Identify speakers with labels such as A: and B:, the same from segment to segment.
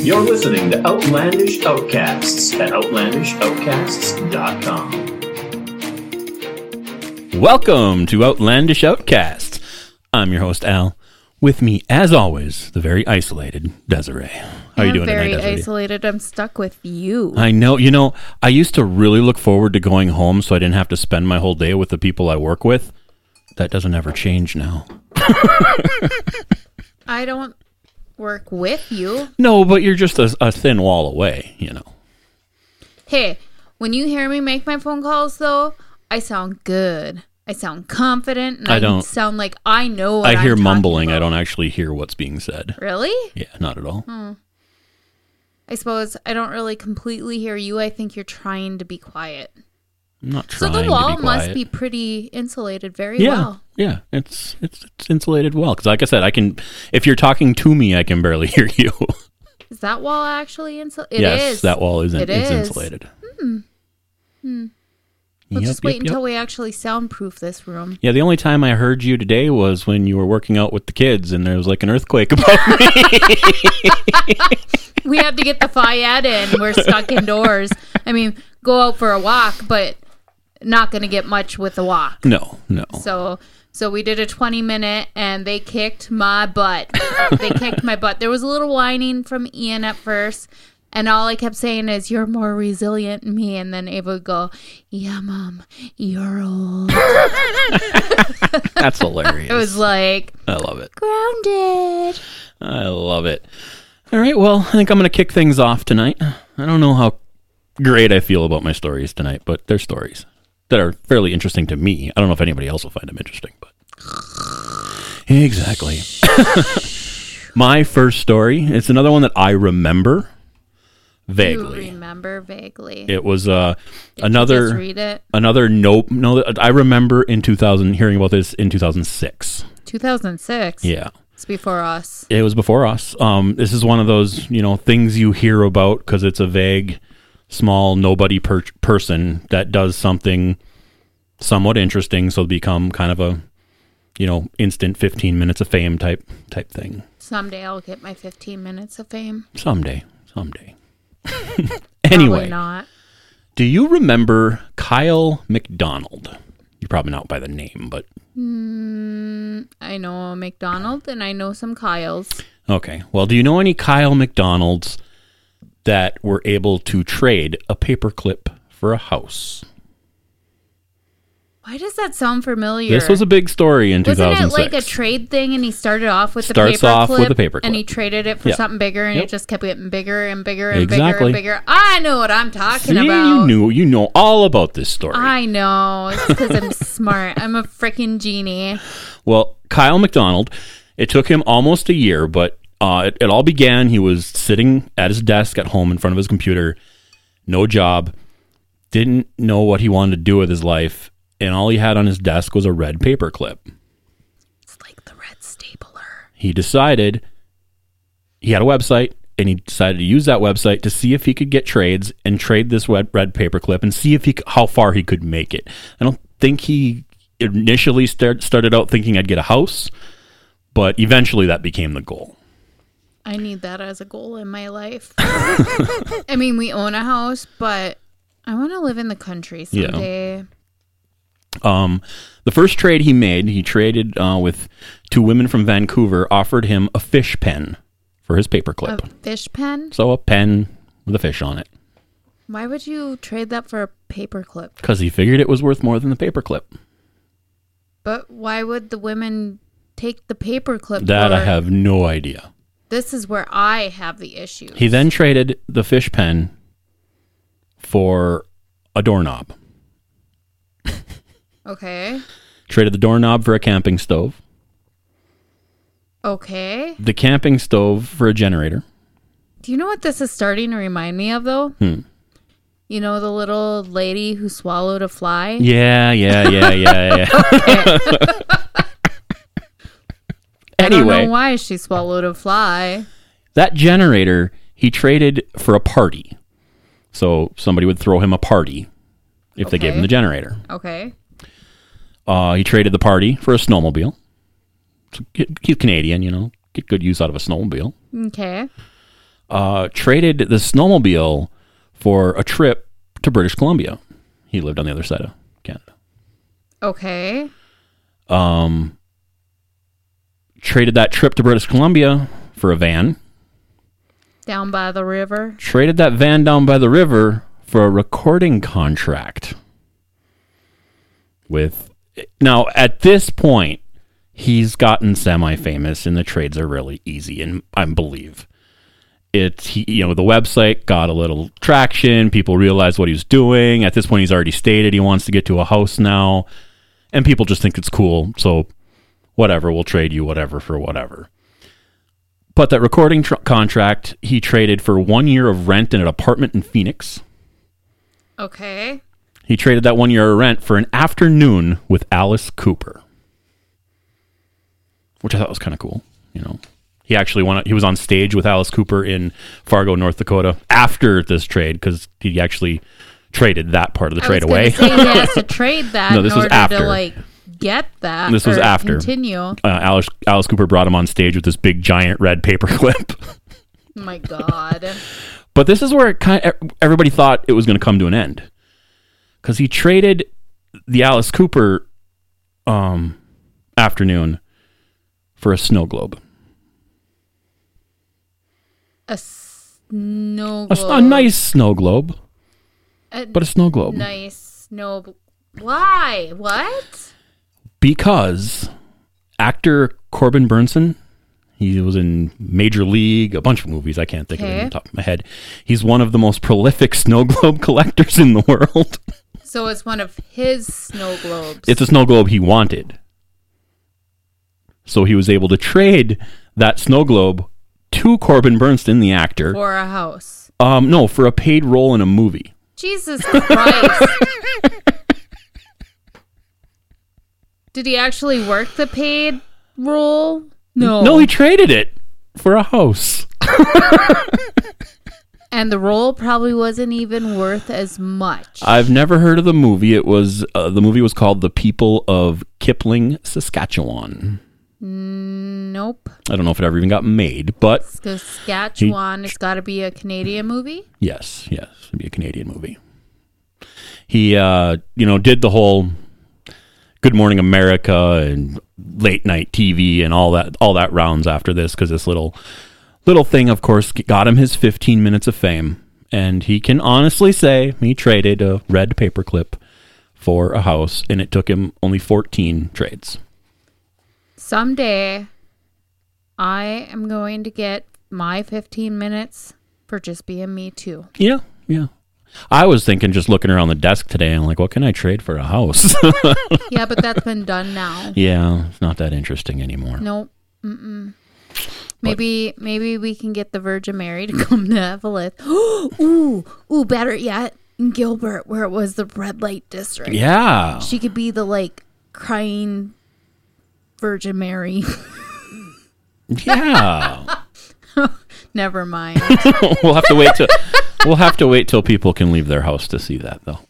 A: You're listening to Outlandish Outcasts at outlandishoutcasts.com.
B: Welcome to Outlandish Outcasts. I'm your host Al. With me, as always, the very isolated Desiree. How are you
C: I'm
B: doing
C: very
B: tonight, Desiree?
C: isolated. I'm stuck with you.
B: I know. You know, I used to really look forward to going home so I didn't have to spend my whole day with the people I work with. That doesn't ever change now.
C: I don't work with you.
B: No, but you're just a, a thin wall away. You know.
C: Hey, when you hear me make my phone calls, though, I sound good. I sound confident. And
B: I
C: I,
B: don't-
C: sound like I know. What
B: I hear
C: I'm talking
B: mumbling. I
C: about.
B: don't actually hear what's being said.
C: really.
B: Yeah, not at all.
C: Hmm. I suppose I don't really completely hear you. I think you're trying to be quiet.
B: I'm not trying
C: so the
B: to
C: wall
B: be quiet.
C: must be pretty insulated very
B: yeah,
C: well.
B: yeah. It's it's it's insulated well because, like I said, I can. If you're talking to me, I can barely hear you.
C: Is that wall actually insulated?
B: yes,
C: it is.
B: that wall is, in,
C: It
B: is.
C: is. Hmm.
B: insulated. Hmm.
C: We'll just wait until we actually soundproof this room.
B: Yeah, the only time I heard you today was when you were working out with the kids, and there was like an earthquake above me.
C: we had to get the Fayette in. We're stuck indoors. I mean, go out for a walk, but not going to get much with the walk.
B: no, no.
C: So, so we did a 20 minute and they kicked my butt. they kicked my butt. There was a little whining from Ian at first. And all I kept saying is, You're more resilient than me. And then Ava would go, Yeah, mom, you're old.
B: That's hilarious.
C: It was like,
B: I love it.
C: Grounded.
B: I love it. All right, well, I think I'm going to kick things off tonight. I don't know how great I feel about my stories tonight, but they're stories that are fairly interesting to me. I don't know if anybody else will find them interesting, but exactly. my first story. It's another one that I remember
C: You
B: vaguely.
C: remember vaguely.
B: It was uh,
C: Just
B: another
C: read it.
B: another nope. No, I remember in 2000 hearing about this in 2006.
C: 2006.
B: Yeah.
C: It's before us.
B: It was before us. Um, this is one of those you know things you hear about because it's a vague, small nobody per- person that does something somewhat interesting, so become kind of a you know instant fifteen minutes of fame type type thing
C: Someday I'll get my 15 minutes of fame.
B: someday someday.
C: Probably
B: anyway,
C: not.
B: do you remember Kyle McDonald? You're probably not by the name, but
C: I know a McDonald and I know some Kyles.
B: Okay. Well, do you know any Kyle McDonald's that were able to trade a paperclip for a house?
C: Why does that sound familiar?
B: This was a big story in
C: Wasn't it
B: 2006.
C: like a trade thing and he started off with
B: Starts
C: the paper
B: off
C: clip,
B: with a paper
C: and
B: clip.
C: he traded it for
B: Yeah.
C: something bigger and
B: Yep.
C: it just kept getting bigger and bigger and bigger
B: Exactly.
C: and bigger. I know what I'm talking
B: See,
C: about.
B: you knew you know all about this story.
C: I know. It's because I'm smart. I'm a freaking genie.
B: Well, Kyle McDonald, it took him almost a year, but uh, it, it all began. He was sitting at his desk at home in front of his computer, no job, didn't know what he wanted to do with his life, and all he had on his desk was a red paperclip.
C: It's like the red stapler.
B: he decided he had a website and he decided to use that website to see if he could get trades and trade this red, red paperclip and see if he c- how far he could make it. I don't think he initially start, started out thinking I'd get a house, but eventually that became the goal.
C: I need that as a goal in my life. I mean, we own a house, but I want to live in the country
B: Yeah.
C: someday.
B: Um, the first trade he made, he traded uh, with two women from Vancouver, offered him a fish pen for his paperclip.
C: A fish pen?
B: so a pen with a fish on it
C: Why would you trade that for a paperclip?
B: because he figured it was worth more than the paperclip.
C: But why would the women take the paperclip?
B: That I
C: for-
B: have no idea.
C: This is where I have the issue.
B: He then traded the fish pen for a doorknob.
C: Okay.
B: Traded the doorknob for a camping stove,
C: Okay.
B: the camping stove for a generator.
C: Do you know what this is starting to remind me of, though?
B: Hmm.
C: You know the little lady who swallowed a fly?
B: Yeah, yeah, yeah, yeah, yeah.
C: I don't
B: anyway,
C: know why she swallowed a fly.
B: that generator he traded for a party. So somebody would throw him a party if they gave
C: Okay.
B: him the generator.
C: Okay.
B: Uh, he traded the party for a snowmobile. So, he- He's Canadian, you know, get good use out of a snowmobile.
C: Okay.
B: uh, traded the snowmobile for a trip to British Columbia. He lived on the other side of Canada.
C: Okay.
B: Um, traded that trip to British Columbia for a van.
C: Down by the river.
B: Traded that van down by the river for a recording contract. With now at this point, he's gotten semi-famous, and the trades are really easy, and I believe it's he, you know the website got a little traction people realized what he was doing at this point he's already stated he wants to get to a house now and people just think it's cool so whatever we'll trade you whatever for whatever but that recording tr- contract he traded for one year of rent in an apartment in phoenix
C: Okay.
B: he traded that one year of rent for an afternoon with alice cooper which i thought was kind of cool you know he actually went. He was on stage with Alice Cooper in Fargo, North Dakota, after this trade because he actually traded that part of the trade
C: I was gonna
B: away.
C: Say he has to trade that
B: No, this
C: in
B: was
C: order
B: after.
C: to like get that.
B: This was
C: or
B: after.
C: Continue. Oh
B: Uh, Alice Alice Cooper brought him on stage with this big giant red paper clip.
C: my god.
B: but this is where it kind everybody thought it was going to come to an end because he traded the Alice Cooper um, afternoon for a snow globe,
C: a snow
B: a, s- a nice snow globe,
C: A
B: but a snow globe
C: nice snow. glo- Why? What?
B: because actor Corbin Burnson, he was in Major League, a bunch of movies. I can't think of it
C: Okay.
B: off the top of my head. He's one of the most prolific snow globe collectors in the world.
C: So it's one of his snow globes.
B: It's a snow globe he wanted. So he was able to trade that snow globe to Corbin Burnson, the actor.
C: for a house.
B: Um, no, for a paid role in a movie.
C: Jesus Christ. Did he actually work the paid role? No.
B: No, he traded it for a house.
C: and the role probably wasn't even worth as much.
B: I've never heard of the movie. It was uh, the movie was called The People of Kipling, Saskatchewan.
C: nope.
B: I don't know if it ever even got made, but
C: Saskatchewan. It's got to be a Canadian movie.
B: yes, yes, it'd be a Canadian movie. He, uh, you know, did the whole Good Morning America and late night TV and all that, all that rounds after this because this little little thing, of course, got him his 15 minutes of fame, and he can honestly say he traded a red paperclip for a house, and it took him only 14 trades.
C: Someday, I am going to get my 15 minutes for just being me too.
B: Yeah, yeah. I was thinking just looking around the desk today and like, what can I trade for a house?
C: Yeah, but that's been done now.
B: yeah, it's not that interesting anymore.
C: Nope. Mm-mm. Maybe maybe we can get the Virgin Mary to come to Evelyn. ooh, ooh, better yet, in Gilbert, where it was the red light district.
B: Yeah.
C: She could be the like crying Virgin Mary.
B: Yeah.
C: Never mind.
B: we'll have to wait till we'll have to wait till people can leave their house to see that though.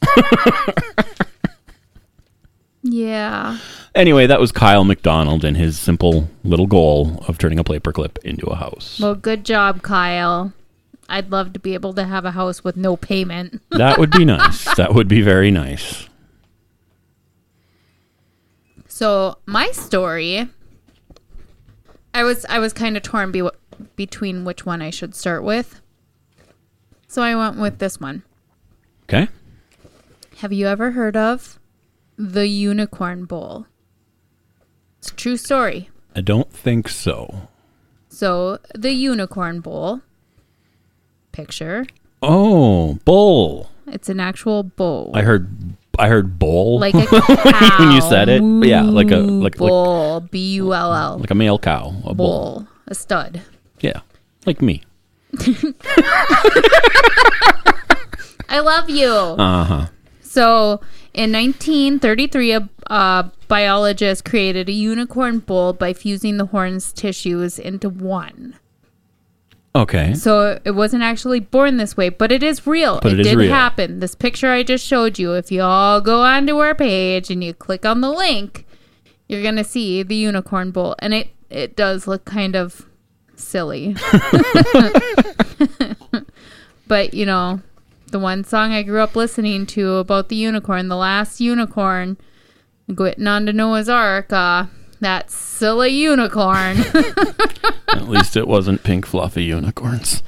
C: yeah.
B: Anyway, that was Kyle McDonald and his simple little goal of turning a paperclip into a house.
C: Well, good job, Kyle. I'd love to be able to have a house with no payment.
B: That would be nice. That would be very nice.
C: So my story, I was I was kind of torn be- between which one I should start with. So I went with this one.
B: Okay?
C: Have you ever heard of the Unicorn Bowl? It's a true story.
B: I don't think so.
C: So the Unicorn Bowl picture.
B: Oh, bull.
C: It's an actual bowl.
B: I heard I heard bull.
C: like a cow.
B: when you said it. Yeah, like a like like,
C: bull, B U L L,
B: like a male cow, a bull.
C: bull, a stud.
B: Yeah, like me.
C: I love you.
B: Uh huh.
C: So in 1933, a, a biologist created a unicorn bull by fusing the horn's tissues into one.
B: Okay.
C: So it wasn't actually born this way, but it is real.
B: But it is
C: did
B: real.
C: happen. This picture I just showed you, if you all go onto our page and you click on the link, you're going to see the unicorn bull. And it, it does look kind of silly. but, you know, the one song I grew up listening to about the unicorn, the last unicorn, getting onto Noah's Ark, uh, that silly unicorn.
B: At least it wasn't pink fluffy unicorns.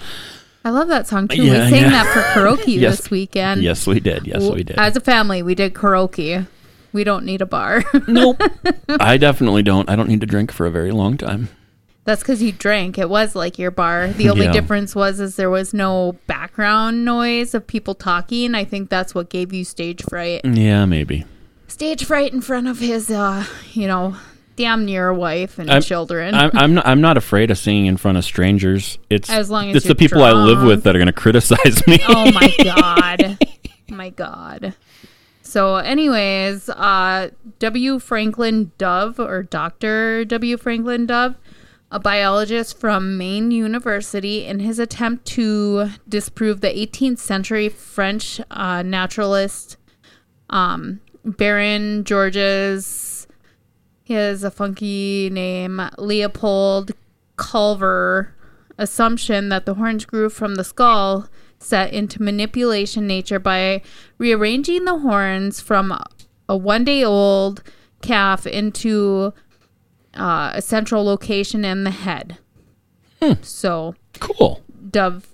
C: I love that song too.
B: Yeah,
C: we sang
B: yeah.
C: that for karaoke
B: Yes.
C: this weekend.
B: Yes, we did. Yes, we did.
C: As a family, we did karaoke. We don't need a bar.
B: nope. I definitely don't. I don't need to drink for a very long time.
C: That's because you drank. It was like your bar. The only
B: Yeah.
C: difference was is there was no background noise of people talking. I think that's what gave you stage fright.
B: Yeah, maybe.
C: Stage fright in front of his, uh, you know, damn near wife and
B: I'm-
C: children.
B: I'm, I'm not. I'm not afraid of singing in front of strangers. It's
C: As long as
B: it's the
C: you're
B: people I live
C: drunk.
B: with that are going to criticize me.
C: oh my god my god so anyways uh w franklin dove or dr w franklin dove a biologist from maine university in his attempt to disprove the 18th century french uh, naturalist um, baron georges he has a funky name leopold culver assumption that the horns grew from the skull set into manipulation nature by rearranging the horns from a one day old calf into uh, a central location in the head. So,
B: cool.
C: Dove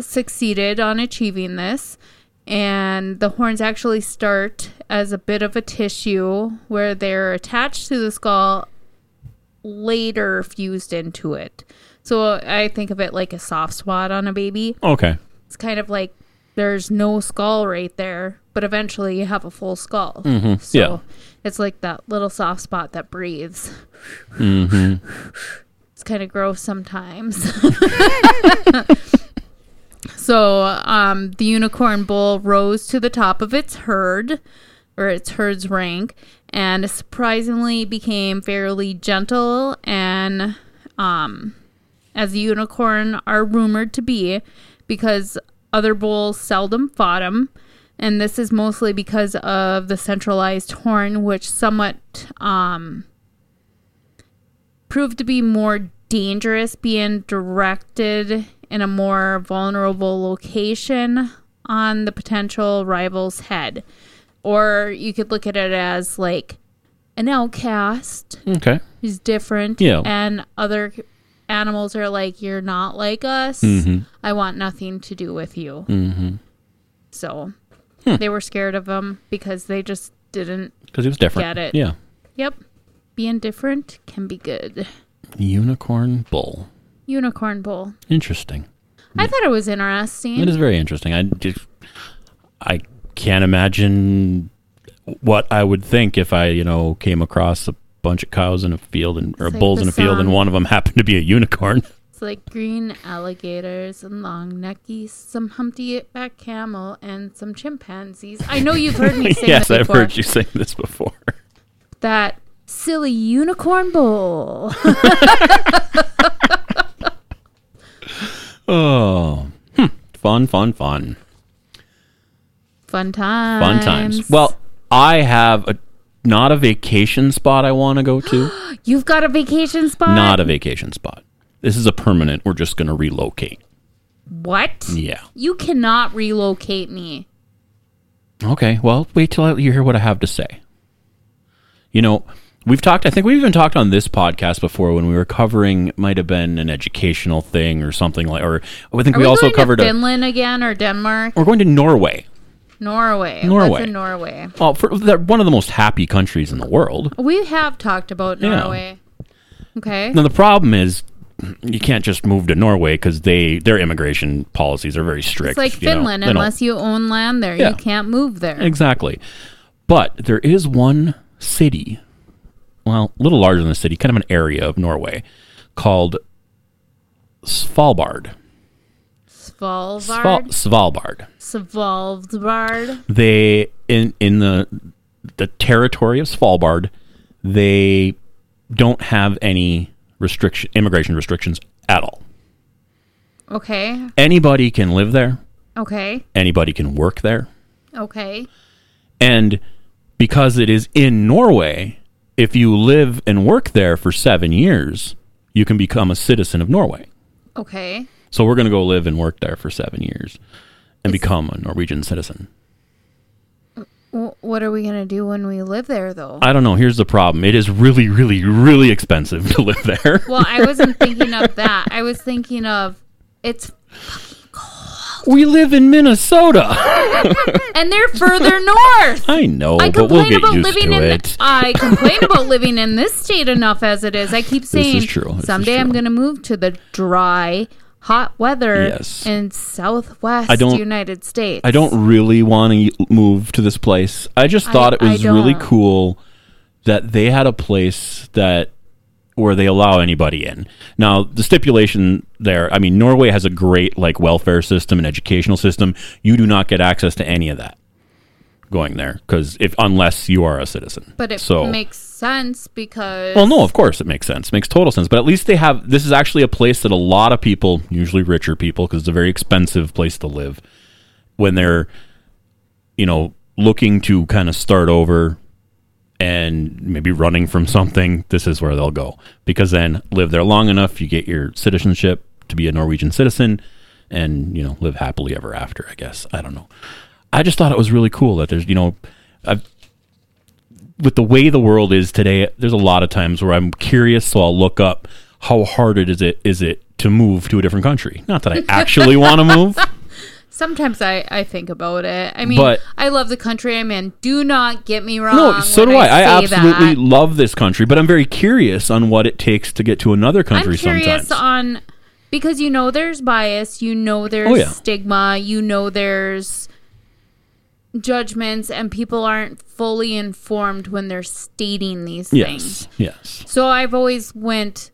C: succeeded on achieving this. And the horns actually start as a bit of a tissue where they're attached to the skull, later fused into it. So I think of it like a soft spot on a baby.
B: Okay.
C: It's kind of like there's no skull right there, but eventually you have a full skull. So
B: Yeah.
C: it's like that little soft spot that breathes. it's kind of gross sometimes. so um, the unicorn bull rose to the top of its herd or its herd's rank and surprisingly became fairly gentle and um, as the unicorn are rumored to be because other bulls seldom fought him and this is mostly because of the centralized horn which somewhat um, proved to be more dangerous being directed in a more vulnerable location on the potential rival's head or you could look at it as like an outcast
B: Okay.
C: He's different.
B: Yeah.
C: And other animals are like, you're not like us.
B: Mm-hmm.
C: I want nothing to do with you. Mm-hmm. So they were scared of him because they just didn't.
B: Because he was different.
C: Get it.
B: Yeah.
C: Yep. Being different can be good.
B: Unicorn bull.
C: Unicorn bull.
B: Interesting.
C: I thought it was interesting.
B: It is very interesting. I just I can't imagine what I would think if I, you know, came across a bunch of cows in a field and or
C: It's like
B: bulls
C: the
B: in a field and
C: song.
B: one of them happened to be a unicorn.
C: It's like green alligators and long neckies, some humpty back camel, and some chimpanzees. I know you've heard me sing
B: yes,
C: that
B: I've
C: before.
B: heard you sing this before.
C: That silly unicorn bull.
B: Oh. Hmm. Fun, fun, fun.
C: Fun times.
B: Fun times. Well, I have a not a vacation spot I want to go to.
C: You've got a vacation spot?
B: not a vacation spot. This is a permanent. We're just going to relocate.
C: What?
B: Yeah.
C: You cannot relocate me.
B: Okay, well, wait till I- you hear what I have to say. You know, we've talked, I think we even talked on this podcast before when we were covering, it might have been an educational thing or something like, or I think
C: Are
B: we,
C: we,
B: also
C: going
B: covered
C: to
B: a,
C: Finland again or Denmark?
B: we're going to Norway.
C: Norway.
B: Norway.
C: What's in Norway?
B: Well, for, they're one of the most happy countries in the world.
C: We have talked about
B: Yeah.
C: Norway. Okay.
B: Now, the problem is you can't just move to Norway because they, their immigration policies are very strict.
C: It's like
B: you know.
C: Finland.
B: They don't-
C: Unless you own land there,
B: Yeah.
C: you can't move there.
B: Exactly. But there is one city, well, a little larger than a city, kind of an area of Norway called Svalbard. Sval-
C: Svalbard.
B: Svalbard.
C: Svalbard.
B: They in in the the territory of Svalbard, they don't have any restriction immigration restrictions at all.
C: Okay.
B: Anybody can live there.
C: Okay.
B: Anybody can work there.
C: Okay.
B: And because it is in Norway, if you live and work there for seven years, you can become a citizen of Norway.
C: Okay.
B: So we're going to go live and work there for seven years and become a Norwegian citizen.
C: W- what are we gonna do when we live there, though?
B: I don't know. Here's the problem it is really, really, really expensive to live there.
C: well, I wasn't thinking of that. I was thinking of it's
B: we live in Minnesota.
C: and they're further north.
B: I know,
C: I
B: but
C: complain
B: we'll get
C: about
B: used
C: living
B: to
C: in.
B: it.
C: I complain about living in this state enough as it is. I keep
B: is
C: saying
B: true. This is
C: someday I'm
B: true.
C: going to move to the dry, hot weather
B: Yes.
C: in Southwest
B: I don't-
C: United States.
B: I don't really want to move to this place. I just
C: I-
B: thought it
C: I
B: was really
C: don't.
B: cool that they had a place that where they allow anybody in. Now, the stipulation there, I mean, Norway has a great like welfare system and educational system. You do not get access to any of that going there cuz if unless you are a citizen.
C: But it
B: so,
C: makes sense because
B: Well, no, of course it makes sense. makes total sense. But at least they have this is actually a place that a lot of people, usually richer people, because it's a very expensive place to live, when they're, you know, looking to kind of start over and maybe running from something, this is where they'll go. Because then live there long enough, you get your citizenship to be a Norwegian citizen and, you know, live happily ever after, I guess. I don't know. I just thought it was really cool that there's, you know, I've with the way the world is today, there's a lot of times where I'm curious, so I'll look up how hard it is it is it to move to a different country. Not that I actually want to move.
C: sometimes I, I think about it. I mean,
B: But-
C: I love the country I'm in. Do not get me wrong.
B: No, so
C: when
B: do I. I,
C: say
B: absolutely
C: that.
B: love this country, but I'm very curious on what it takes to get to another country
C: I'm curious
B: sometimes.
C: on because you know there's bias, you know there's
B: Oh, yeah.
C: stigma, you know there's judgments, and people aren't fully informed when they're stating these
B: yes.
C: things.
B: Yes.
C: So I've always went.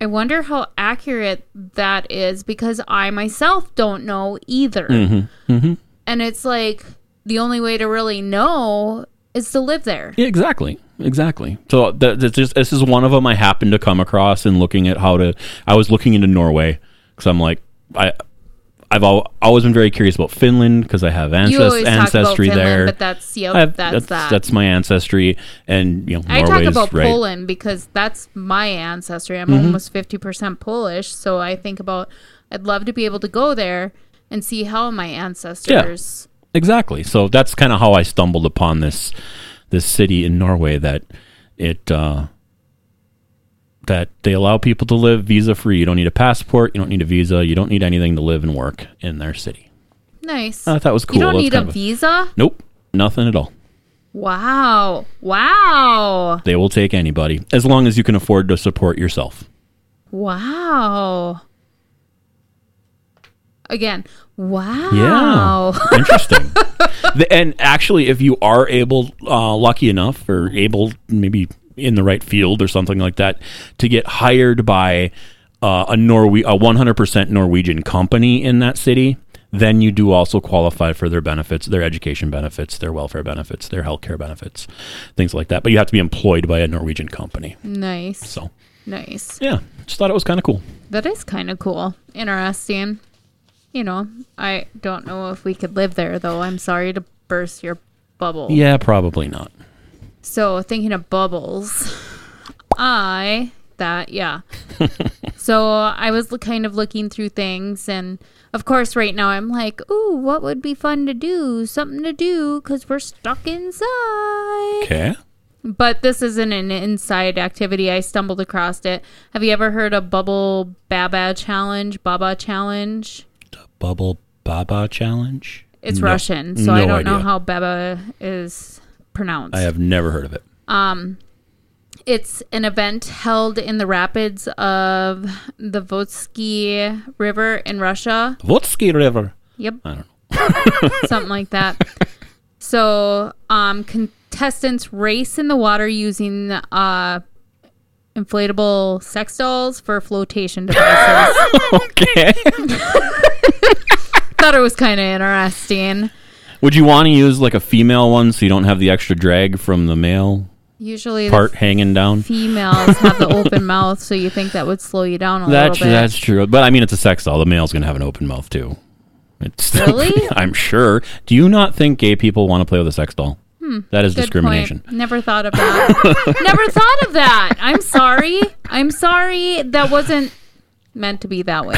C: I wonder how accurate that is because I myself don't know either.
B: Mm-hmm.
C: And it's like the only way to really know is to live there.
B: Yeah, exactly, exactly. So th- this is this is one of them I happened to come across in looking at how to. I was looking into Norway because I'm like I. I've al- always been very curious about Finland because I have
C: You
B: ancest-
C: always talk about
B: ancestry
C: Finland,
B: there.
C: but that's yep,
B: I have-
C: Oh, that's, that.
B: that's my ancestry, and you know
C: I
B: Norway's
C: talk about
B: right.
C: Poland because that's my ancestry. I'm almost 50% Polish, so I think about I'd love to be able to go there and see how my ancestors
B: Exactly. So that's kind of how I stumbled upon this this city in Norway that it uh, that they allow people to live visa free. You don't need a passport. You don't need a visa. You don't need anything to live and work in their city.
C: nice.
B: I thought it Oh, was cool.
C: You don't
B: That's
C: need
B: kind
C: a
B: of a-
C: visa?
B: Nope, nothing at all.
C: Wow. Wow.
B: They will take anybody as long as you can afford to support yourself.
C: Wow. Again, wow.
B: Interesting. The- and actually, if you are able, uh, lucky enough, or able, maybe in the right field or something like that, to get hired by uh, a Norwe- a 100% Norwegian company in that city, then you do also qualify for their benefits, their education benefits, their welfare benefits, their healthcare benefits, things like that. But you have to be employed by a Norwegian company.
C: Nice.
B: So,
C: Nice.
B: yeah, just thought it was kind of cool.
C: That is kind of cool. Interesting. You know, I don't know if we could live there though. I'm sorry to burst your bubble.
B: Yeah, probably not.
C: So, thinking of bubbles, I that yeah. so, I was l- kind of looking through things and of course right now I'm like, "Ooh, what would be fun to do? Something to do cuz we're stuck inside."
B: Okay.
C: But this isn't an inside activity. I stumbled across it. Have you ever heard of Bubble Baba Challenge? Baba Challenge?
B: Bubble Baba Challenge?
C: It's
B: No.
C: Russian, so I
B: No
C: don't know
B: idea.
C: how Baba is pronounced.
B: I have never heard of it.
C: It's an event held in the rapids of the Votsky River in Russia.
B: Votsky River.
C: Yep.
B: I don't know.
C: something like that. So, um, contestants race in the water using uh, inflatable sex dolls for flotation devices.
B: Okay.
C: Thought it was kind of interesting.
B: Would you want to use like a female one so you don't have the extra drag from the male
C: Usually,
B: part
C: the
B: hanging down?
C: females have the open mouth, so you think that would slow you down a
B: That's
C: little bit.
B: that's true. But I mean, it's a sex doll. The male's gonna have an open mouth too. It's
C: Really?
B: I'm sure. Do you not think gay people want to play with a sex doll? that is
C: Hmm. Good
B: discrimination.
C: Point. Never thought of that. Never thought of that. I'm sorry. I'm sorry. That wasn't meant to be that way.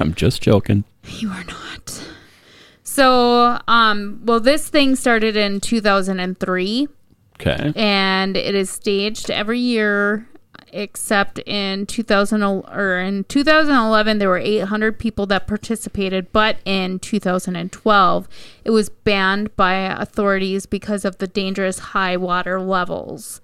B: I'm just joking.
C: You are not. So, um, well, this thing started in 2003
B: Okay.
C: and it is staged every year except in 2000 or in 2011 there were 800 people that participated but in 2012 it was banned by authorities because of the dangerous high water levels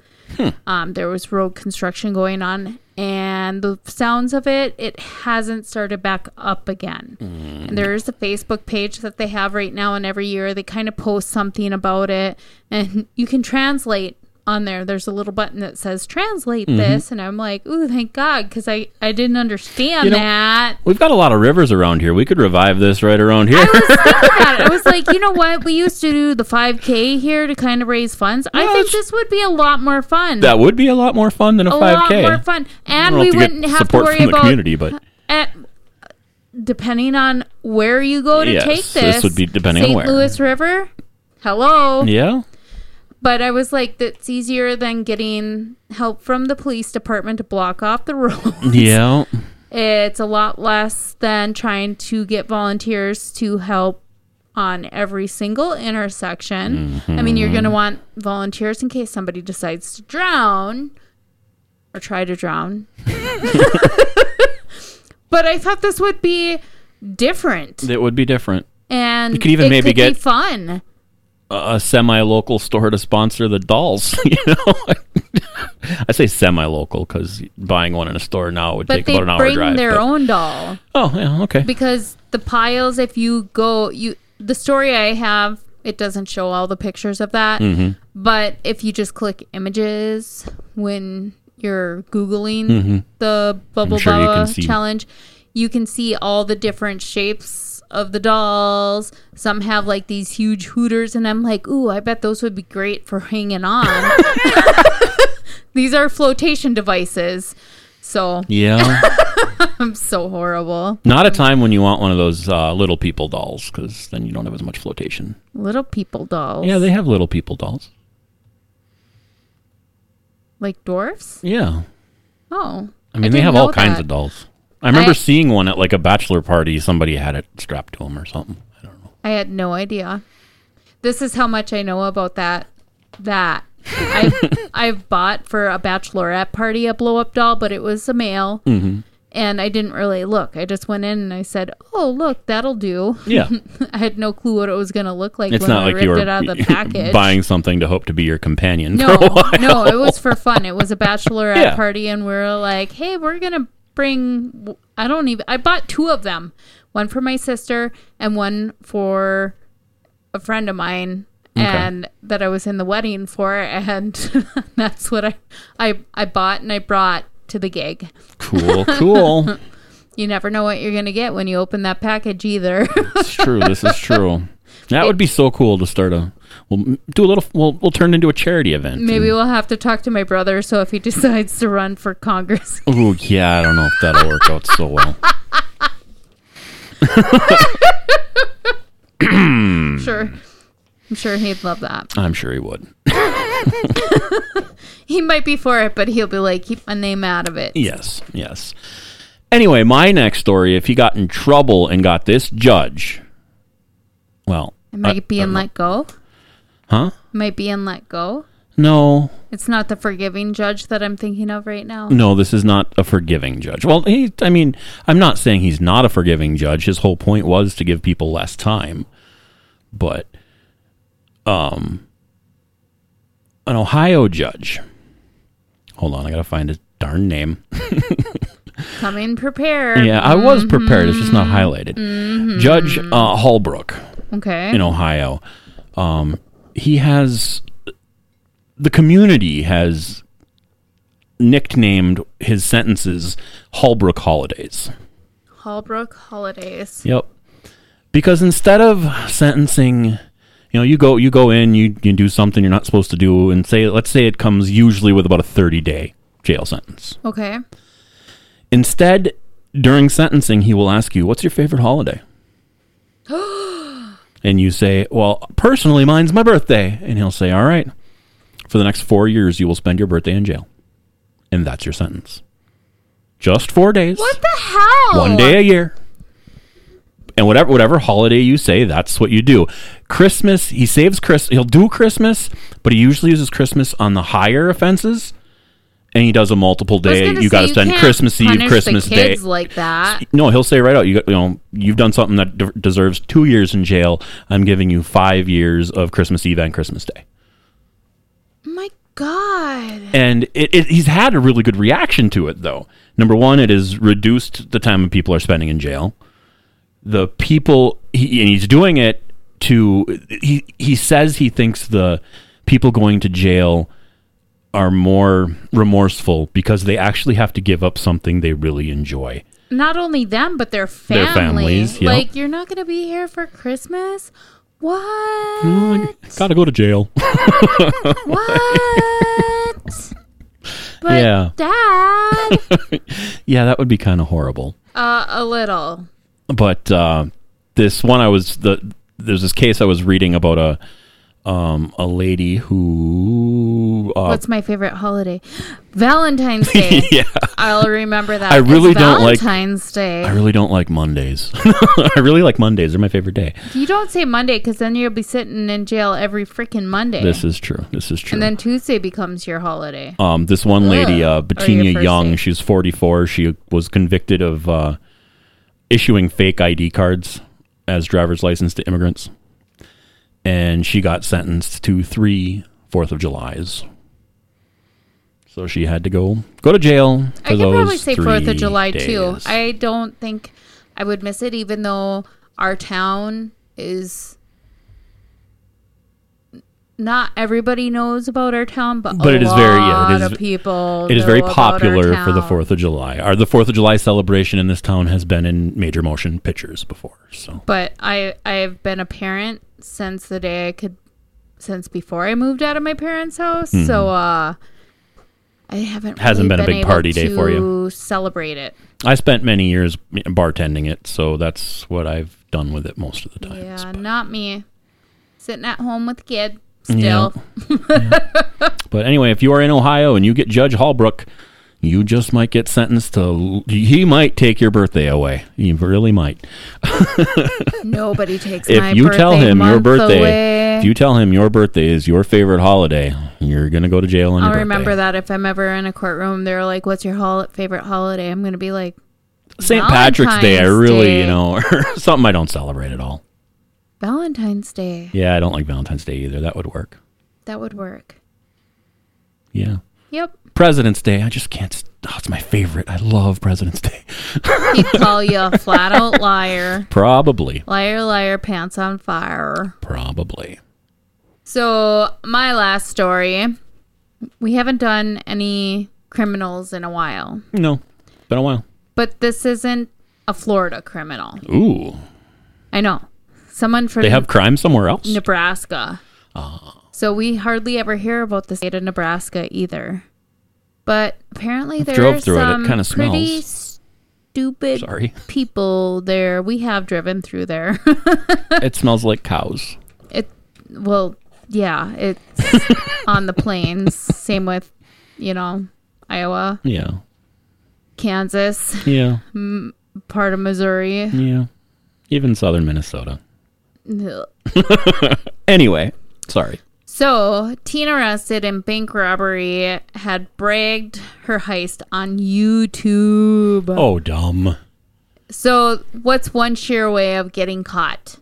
C: um, there was road construction going on and the sounds of it it hasn't started back up again
B: Mm.
C: and there is a facebook page that they have right now and every year they kind of post something about it and you can translate on there there's a little button that says translate
B: Mm-hmm.
C: this and i'm like ooh thank god because i i didn't understand
B: You know-
C: that
B: We've got a lot of rivers around here. We could revive this right around here.
C: I was thinking about it. I was like, you know what? We used to do the 5K here to kind of raise funds. I
B: Yeah,
C: think
B: that's-
C: this would be a lot more fun.
B: that would be a lot more fun than a
C: a
B: 5K.
C: lot more fun,
B: I
C: and
B: don't
C: we
B: have to
C: wouldn't
B: get
C: have to
B: support
C: worry
B: from the
C: about
B: community, but
C: at, depending on where you go to
B: Yes,
C: take this.
B: this would be depending on
C: St.
B: where.
C: Louis River. Hello.
B: yeah.
C: But I was like, that's easier than getting help from the police department to block off the road.
B: Yeah.
C: it's a lot less than trying to get volunteers to help on every single intersection. I mean, you're going
B: Mm-hmm.
C: to want volunteers in case somebody decides to drown or try to drown. but I thought this would be different
B: It would be different.
C: and
B: You could even
C: it
B: maybe
C: could be
B: get-
C: fun.
B: A a semi-local store to sponsor the dolls, you know. I say semi-local because buying one in a store now would
C: But
B: take
C: they
B: about an hour
C: bring
B: drive.
C: their
B: but-
C: own doll.
B: Oh, yeah, okay.
C: because the piles if you go you the story i have it doesn't show all the pictures of that
B: Mm-hmm.
C: but if you just click images when you're googling the bubble
B: Mm-hmm. I'm sure you
C: bubba
B: can see.
C: challenge you can see all the different shapes of the dolls some have like these huge hooters and i'm like ooh i bet those would be great for hanging on these are flotation devices so
B: Yeah.
C: i'm so horrible
B: Not a time when you want one of those uh, little people dolls because then you don't have as much flotation.
C: little people dolls
B: Yeah, they have little people dolls.
C: Like dwarfs?
B: Yeah.
C: Oh.
B: I mean, they have all kinds of
C: dolls.
B: dolls. I remember
C: I-
B: seeing one at like a bachelor party. Somebody had it strapped to them or something. I don't know.
C: I had no idea. This is how much I know about that. That. I've, I've bought for a bachelorette party a blow up doll, but it was a male.
B: Mm-hmm.
C: And I didn't really look. I just went in and I said, oh, look, that'll do.
B: Yeah.
C: I had no clue what it was going to look like
B: It's
C: when
B: not
C: I
B: like
C: ripped
B: you were
C: it out of the package.
B: buying something to hope to be your companion.
C: No,
B: for a while.
C: no, it was for fun. It was a bachelorette
B: Yeah.
C: party, and we are like, hey, we're gonna bring. I don't even. I bought two of them, one for my sister and one for a friend of mine, and that I was in the wedding for, and that's what I, I, I bought and I brought to the gig.
B: Cool, cool.
C: You never know what you're gonna get when you open that package, either.
B: It's true. This is true. That would be so cool to start a. We'll m- do a little. We'll we'll turn it into a charity event.
C: Maybe we'll have to talk to my brother, so if he decides to run for Congress,
B: Ooh, yeah. I don't know if that'll work out so well.
C: I'm
B: Hmm.
C: sure, I'm sure he'd love that.
B: I'm sure he would.
C: He might be for it, but he'll be like, keep my name out of it.
B: Yes, yes. Anyway, my next story. If he got in trouble and got this judge, well,
C: Am I
B: uh,
C: being let go?
B: huh?
C: Am I being let go?
B: No,
C: It's not the forgiving judge that I'm thinking of right now.
B: No, this is not a forgiving judge. Well, he, I mean, I'm not saying he's not a forgiving judge. His whole point was to give people less time. But um an Ohio judge. Hold on, I got to find his darn name.
C: Come in prepared.
B: Yeah, I was prepared. It's just not highlighted. Judge uh, Holbrook.
C: Okay.
B: in Ohio. Um, he has the community has nicknamed his sentences Holbrook holidays.
C: Hallbrook holidays.
B: Yep. Because instead of sentencing, you know, you go you go in, you you do something you're not supposed to do, and say let's say it comes usually with about a thirty day jail sentence.
C: Okay.
B: Instead, during sentencing, he will ask you, "What's your favorite holiday?" and you say, "Well, personally, mine's my birthday." And he'll say, "All right. For the next 4 years, you will spend your birthday in jail." And that's your sentence. Just four days.
C: What the hell?
B: One day a year. And whatever whatever holiday you say, that's what you do. Christmas, he saves Chris he'll do Christmas, but he usually uses Christmas on the higher offenses. And he does a multiple
C: I was
B: day.
C: gonna
B: You
C: say,
B: got to spend
C: can't
B: Christmas Eve,
C: punish the
B: Christmas Day.
C: kids like that.
B: No, he'll say right out. You got, you know, you've done something that de- deserves two years in jail. I'm giving you five years of Christmas Eve and Christmas Day.
C: My God.
B: And it, it, he's had a really good reaction to it, though. Number one, it has reduced the time people are spending in jail. The people, he, and he's doing it to. He he says he thinks the people going to jail are more remorseful because they actually have to give up something they really enjoy.
C: Not only them, but their family.
B: Their families, yep.
C: Like, you're not going to be here for Christmas? What?
B: Gotta go to jail.
C: what? But
B: Yeah.
C: Dad,
B: yeah, that would be kind of horrible.
C: uh, a little.
B: but uh, this one I was the there's this case I was reading about a um, a lady who uh,
C: What's my favorite holiday? Valentine's Day.
B: yeah
C: I'll remember that.
B: I really
C: It's
B: don't like-
C: Valentine's Day.
B: I really don't like Mondays. I really like Mondays; they're my favorite day.
C: you don't say Monday because then you'll be sitting in jail every freaking Monday.
B: This is true. This is true.
C: and then Tuesday becomes your holiday.
B: um, this one lady, uh,
C: Ugh. Or your
B: Bettina
C: first
B: Young,
C: date.
B: she's 44. She was convicted of uh, issuing fake ID cards as driver's license to immigrants, and she got sentenced to three Fourth of July's. So she had to go go to jail.
C: I could probably say Fourth of July too.
B: I,
C: I don't think I would miss it, even though our town is not everybody knows about our town, but
B: But
C: a
B: it is very- yeah, it
C: lot
B: is-
C: of people.
B: it is
C: know
B: very
C: about our
B: popular for the
C: town.
B: Fourth of July. Our the Fourth of July celebration in this town has been in major motion pictures before. So
C: But I I've been a parent since the day I could since before I moved out of my parents' house. So uh I haven't
B: Mm-hmm. Hasn't been
C: really
B: a big
C: able
B: party day for you.
C: to celebrate it.
B: I spent many years bartending it, so that's what I've done with it most of the time.
C: Yeah, not me. Sitting at home with the kid still.
B: But anyway, if you are in Ohio and you get Judge Hallbrook, you just might get sentenced to. He might take your birthday away. He really might.
C: Nobody takes
B: If
C: my
B: you
C: birthday
B: tell him your
C: month
B: birthday,
C: away.
B: if you tell him your birthday is your favorite holiday, you're gonna go to jail. On
C: I'll
B: your birthday.
C: remember that if I'm ever in a courtroom, they're like, "What's your hol- favorite holiday?" I'm gonna be like,
B: St. Patrick's Day. I
C: Valentine's
B: really,
C: Day.
B: you know, or something I don't celebrate at all.
C: "Valentine's Day."
B: Yeah, I don't like Valentine's Day either. That would work.
C: That would work.
B: Yeah,
C: Yep,
B: President's Day. I just can't. st- Oh, it's my favorite. I love President's Day.
C: he'd call you a flat out liar,
B: Probably.
C: liar, liar, pants on fire.
B: Probably.
C: So my last story, we haven't done any criminals in a while,
B: No, been a while.
C: but this isn't a Florida criminal.
B: Ooh,
C: I know. Someone from
B: they have Ah. crime somewhere else.
C: Nebraska. So we hardly ever hear about the state of Nebraska either. But apparently there
B: drove
C: are
B: through it. It
C: some
B: kinda
C: pretty stupid
B: Sorry.
C: people there. We have driven through there.
B: it smells like cows.
C: it well, yeah, it's on the plains. Same with, you know, Iowa,
B: Yeah.
C: Kansas,
B: Yeah.
C: part of Missouri.
B: Yeah. Even southern Minnesota. Mm.
C: Ugh.
B: Anyway, sorry.
C: So, teen arrested in bank robbery had bragged her heist on YouTube.
B: Oh, dumb.
C: So, what's one sure way of getting caught?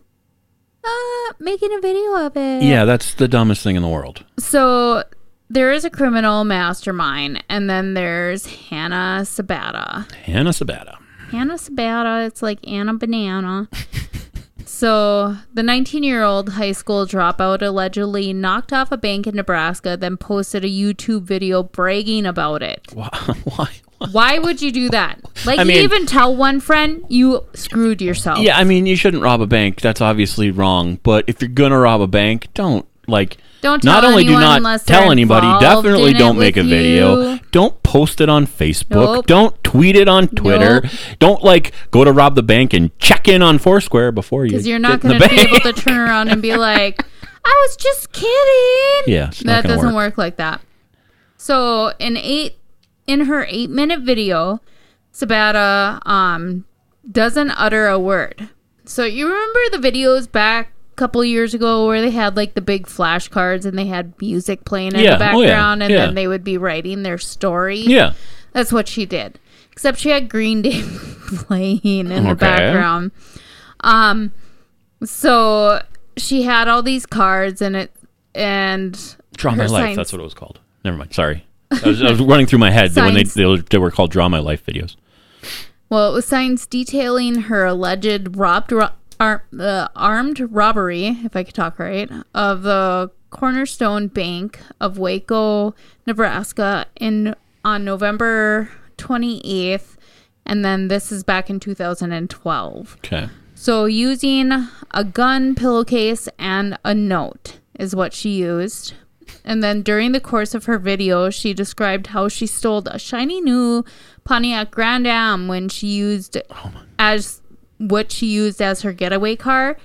C: Uh, making a video of it.
B: Yeah, that's the dumbest thing in the world.
C: So, there is a criminal mastermind, and then there's Hannah Sabata.
B: Hannah Sabata.
C: Hannah Sabata. It's like Anna Banana. so the 19-year-old high school dropout allegedly knocked off a bank in Nebraska, then posted a YouTube video bragging about it.
B: Why? Why?
C: Why would you do that? Like
B: I mean-
C: you even tell one friend you screwed yourself.
B: Yeah, I mean, you shouldn't rob a bank. That's obviously wrong. But if you're gonna rob a bank, don't like.
C: Don't
B: not
C: tell
B: only do
C: anyone
B: not
C: unless
B: tell
C: they're
B: anybody,
C: involved
B: definitely
C: in it
B: don't make a
C: with
B: video.
C: you.
B: Don't post it on Facebook.
C: Nope.
B: Don't tweet it on Twitter.
C: Nope.
B: Don't like go to rob the bank and check in on Foursquare before you.
C: Because you're
B: get
C: not
B: in the
C: going to be
B: bank.
C: able to turn around and be like, I was just kidding.
B: Yeah, it's not
C: That
B: gonna
C: doesn't
B: work.
C: work. like that. So in eight in her eight minute video, Sabata um, doesn't utter a word. So you remember the videos back a couple years ago where they had like the big flashcards and they had music playing in
B: Yeah.
C: the
B: Oh, yeah.
C: background and
B: Yeah.
C: then they would be writing their story.
B: Yeah.
C: That's what she did. Except she had Green Day playing in
B: Okay.
C: the background. Um so she had all these cards and it and
B: Draw
C: her
B: My Life.
C: signs-
B: That's what it was called. Never mind. Sorry. I was, I was running through my head that when they,
C: Signs.
B: they, were, they were called Draw My Life videos.
C: Well, it was signs detailing her alleged robbed, ro- ar- uh, armed robbery, if I could talk right, of the Cornerstone Bank of Waco, Nebraska, in on November 28th, and then this is back in 2012.
B: Okay.
C: So, using a gun, pillowcase, and a note is what she used. And then during the course of her video, she described how she stole a shiny new Pontiac Grand Am when she used
B: Oh
C: as what she used as her getaway car,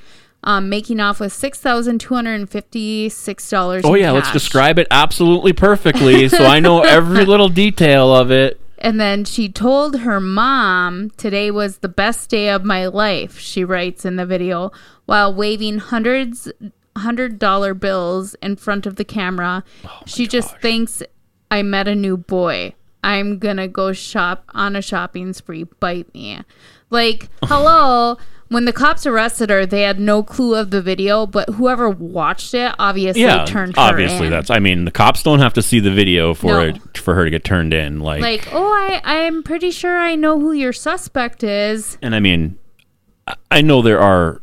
C: um, making off with six thousand two hundred and fifty-six dollars.
B: Oh, yeah. Let's describe it absolutely perfectly so I know every little detail of it.
C: And then she told her mom, Today was the best day of my life, she writes in the video, while waving hundreds hundred dollar bills in front of the camera.
B: Oh
C: she just thinks I met a new boy. I'm gonna go shop on a shopping spree. Bite me. Like, hello. When the cops arrested her, they had no clue of the video, but whoever watched it obviously
B: Yeah.
C: turned her
B: Obviously,
C: in.
B: that's. I mean, the cops don't have to see the video for
C: No.
B: it for her to get turned in.
C: like, oh, I, I'm pretty sure I know who your suspect is.
B: and I mean, I- I know there are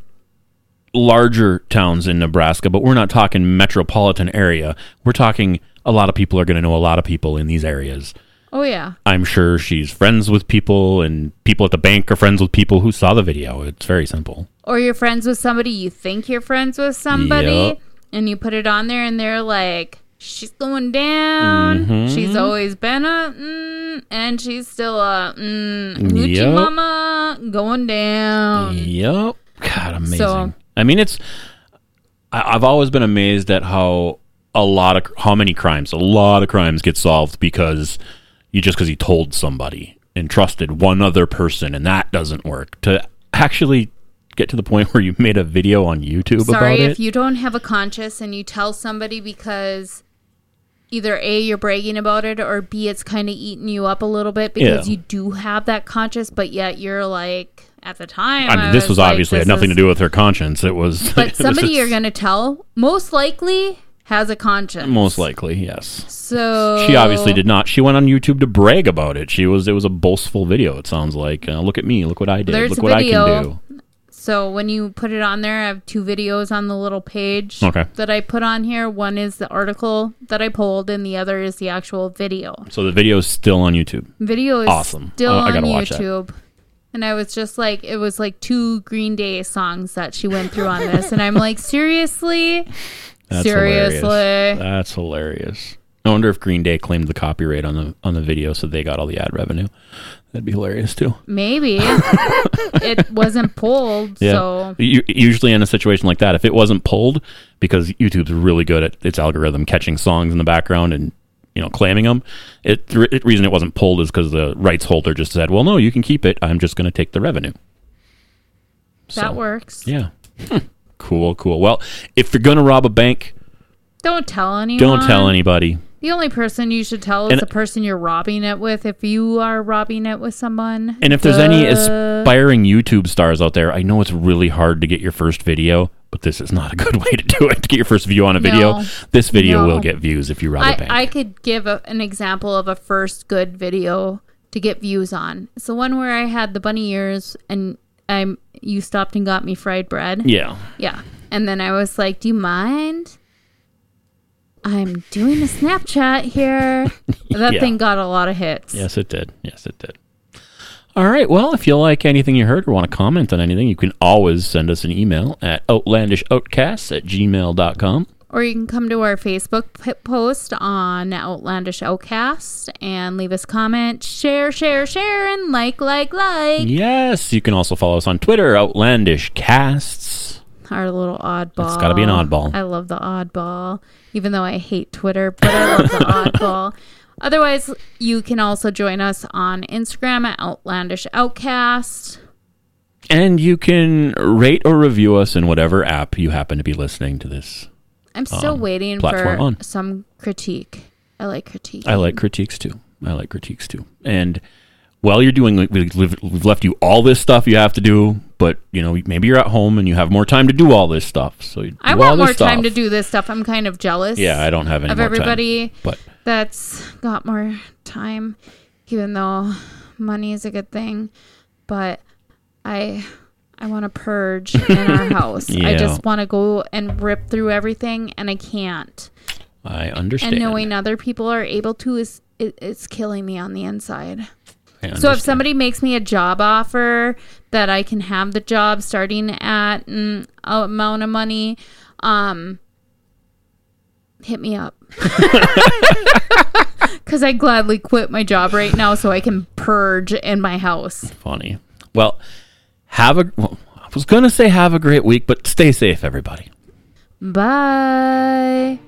B: larger towns in Nebraska, but we're not talking metropolitan area. We're talking a lot of people are going to know a lot of people in these areas.
C: Oh yeah.
B: I'm sure she's friends with people, and people at the bank are friends with people who saw the video. It's very simple.
C: Or you're friends with somebody you think you're friends with somebody
B: Yep.
C: and you put it on there and they're like she's going down.
B: Mm-hmm.
C: She's always been a mm, and she's still a mm, hoochie
B: Yep.
C: mama going down.
B: Yep. God, amazing.
C: So-
B: I mean, it's. I, I've always been amazed at how a lot of how many crimes, a lot of crimes get solved because you just because you told somebody and trusted one other person, and that doesn't work. To actually get to the point where you made a video on YouTube
C: Sorry
B: about it.
C: if you don't have a conscience and you tell somebody because either A, you're bragging about it, or B, it's kind of eating you up a little bit because
B: Yeah.
C: you do have that conscience, but yet you're like, at the time,
B: I mean, this was,
C: uh, like,
B: obviously
C: this
B: had nothing
C: is-
B: to do with her conscience. It was,
C: But somebody you're going to tell, most likely, has a conscience.
B: most likely, yes.
C: So
B: She obviously did not. She went on YouTube to brag about it. She was it was a boastful video. It sounds like uh, look at me, look what I did,
C: There's
B: look
C: a
B: what I
C: video.
B: can do.
C: So when you put it on there, I have two videos on the little page
B: Okay.
C: that I put on here. One is the article that I pulled, and the other is the actual video.
B: So the video is still on YouTube.
C: video is
B: Awesome.
C: still
B: I- I
C: on
B: gotta watch that.
C: YouTube. And I was just like, it was like two Green Day songs that she went through on this. And I'm like, seriously?
B: That's
C: seriously?
B: hilarious. That's hilarious. I wonder if Green Day claimed the copyright on the on the video, so they got all the ad revenue. That'd be hilarious too.
C: Maybe. it wasn't pulled. So,
B: U- usually in a situation like that, if it wasn't pulled, because YouTube's really good at its algorithm catching songs in the background and you know claiming them. It the re- reason it wasn't pulled is because the rights holder just said, "Well, no, you can keep it. I'm just going to take the revenue."
C: that
B: So,
C: works.
B: Yeah. Hmm. Cool. Cool. Well, if you're going to rob a bank,
C: Don't tell anyone.
B: don't tell anybody.
C: The only person you should tell is
B: And-
C: the person you're robbing it with if you are robbing it with someone.
B: And if there's any
C: Duh.
B: aspiring YouTube stars out there, I know it's really hard to get your first video, but this is not a good way to do it. To get your first view on a video,
C: No.
B: this video
C: No.
B: will get views if you rob a
C: I,
B: bank.
C: I could give a, an example of a first good video to get views on. It's the one where I had the bunny ears and I'm you stopped and got me fried bread.
B: yeah.
C: Yeah. And then I was like, "Do you mind? I'm doing a Snapchat here." that
B: Yeah.
C: thing got a lot of hits.
B: Yes, it did. Yes, it did. All right. Well, if you like anything you heard or want to comment on anything, you can always send us an email at outlandishoutcasts at gmail.com.
C: Or you can come to our Facebook p- post on Outlandish Outcast and leave us comment, share, share, share, and like, like, like.
B: Yes, you can also follow us on Twitter, Outlandish Casts.
C: Our little oddball.
B: It's gotta be an oddball.
C: I love the oddball, even though I hate Twitter, but I love the oddball. Otherwise, you can also join us on Instagram at Outlandish Outcast.
B: And you can rate or review us in whatever app you happen to be listening to this.
C: I'm still waiting for
B: Um, platform on.
C: some critique. I like critique.
B: I like critiques too. I like critiques too. And while you're doing, we- we've we've left you all this stuff you have to do, but you know maybe you're at home and you have more time to do all this stuff. So you
C: I
B: do all
C: want
B: this
C: more time
B: stuff.
C: to do this stuff. I'm kind of jealous.
B: Yeah, I don't have any
C: of
B: more
C: everybody
B: time, but
C: that's got more time, even though money is a good thing. But I I want to purge in our house. I
B: Yeah.
C: just want to go and rip through everything, and I can't.
B: I
C: And
B: understand.
C: knowing other people are able to is it, it's killing me on the inside.
B: I
C: So if
B: understand.
C: somebody makes me a job offer that I can have the job starting at an amount of money, um, hit me up. Because I gladly quit my job right now so I can purge in my house.
B: funny. Well, have a. Well, I was gonna say have a great week, but stay safe, everybody.
C: Bye.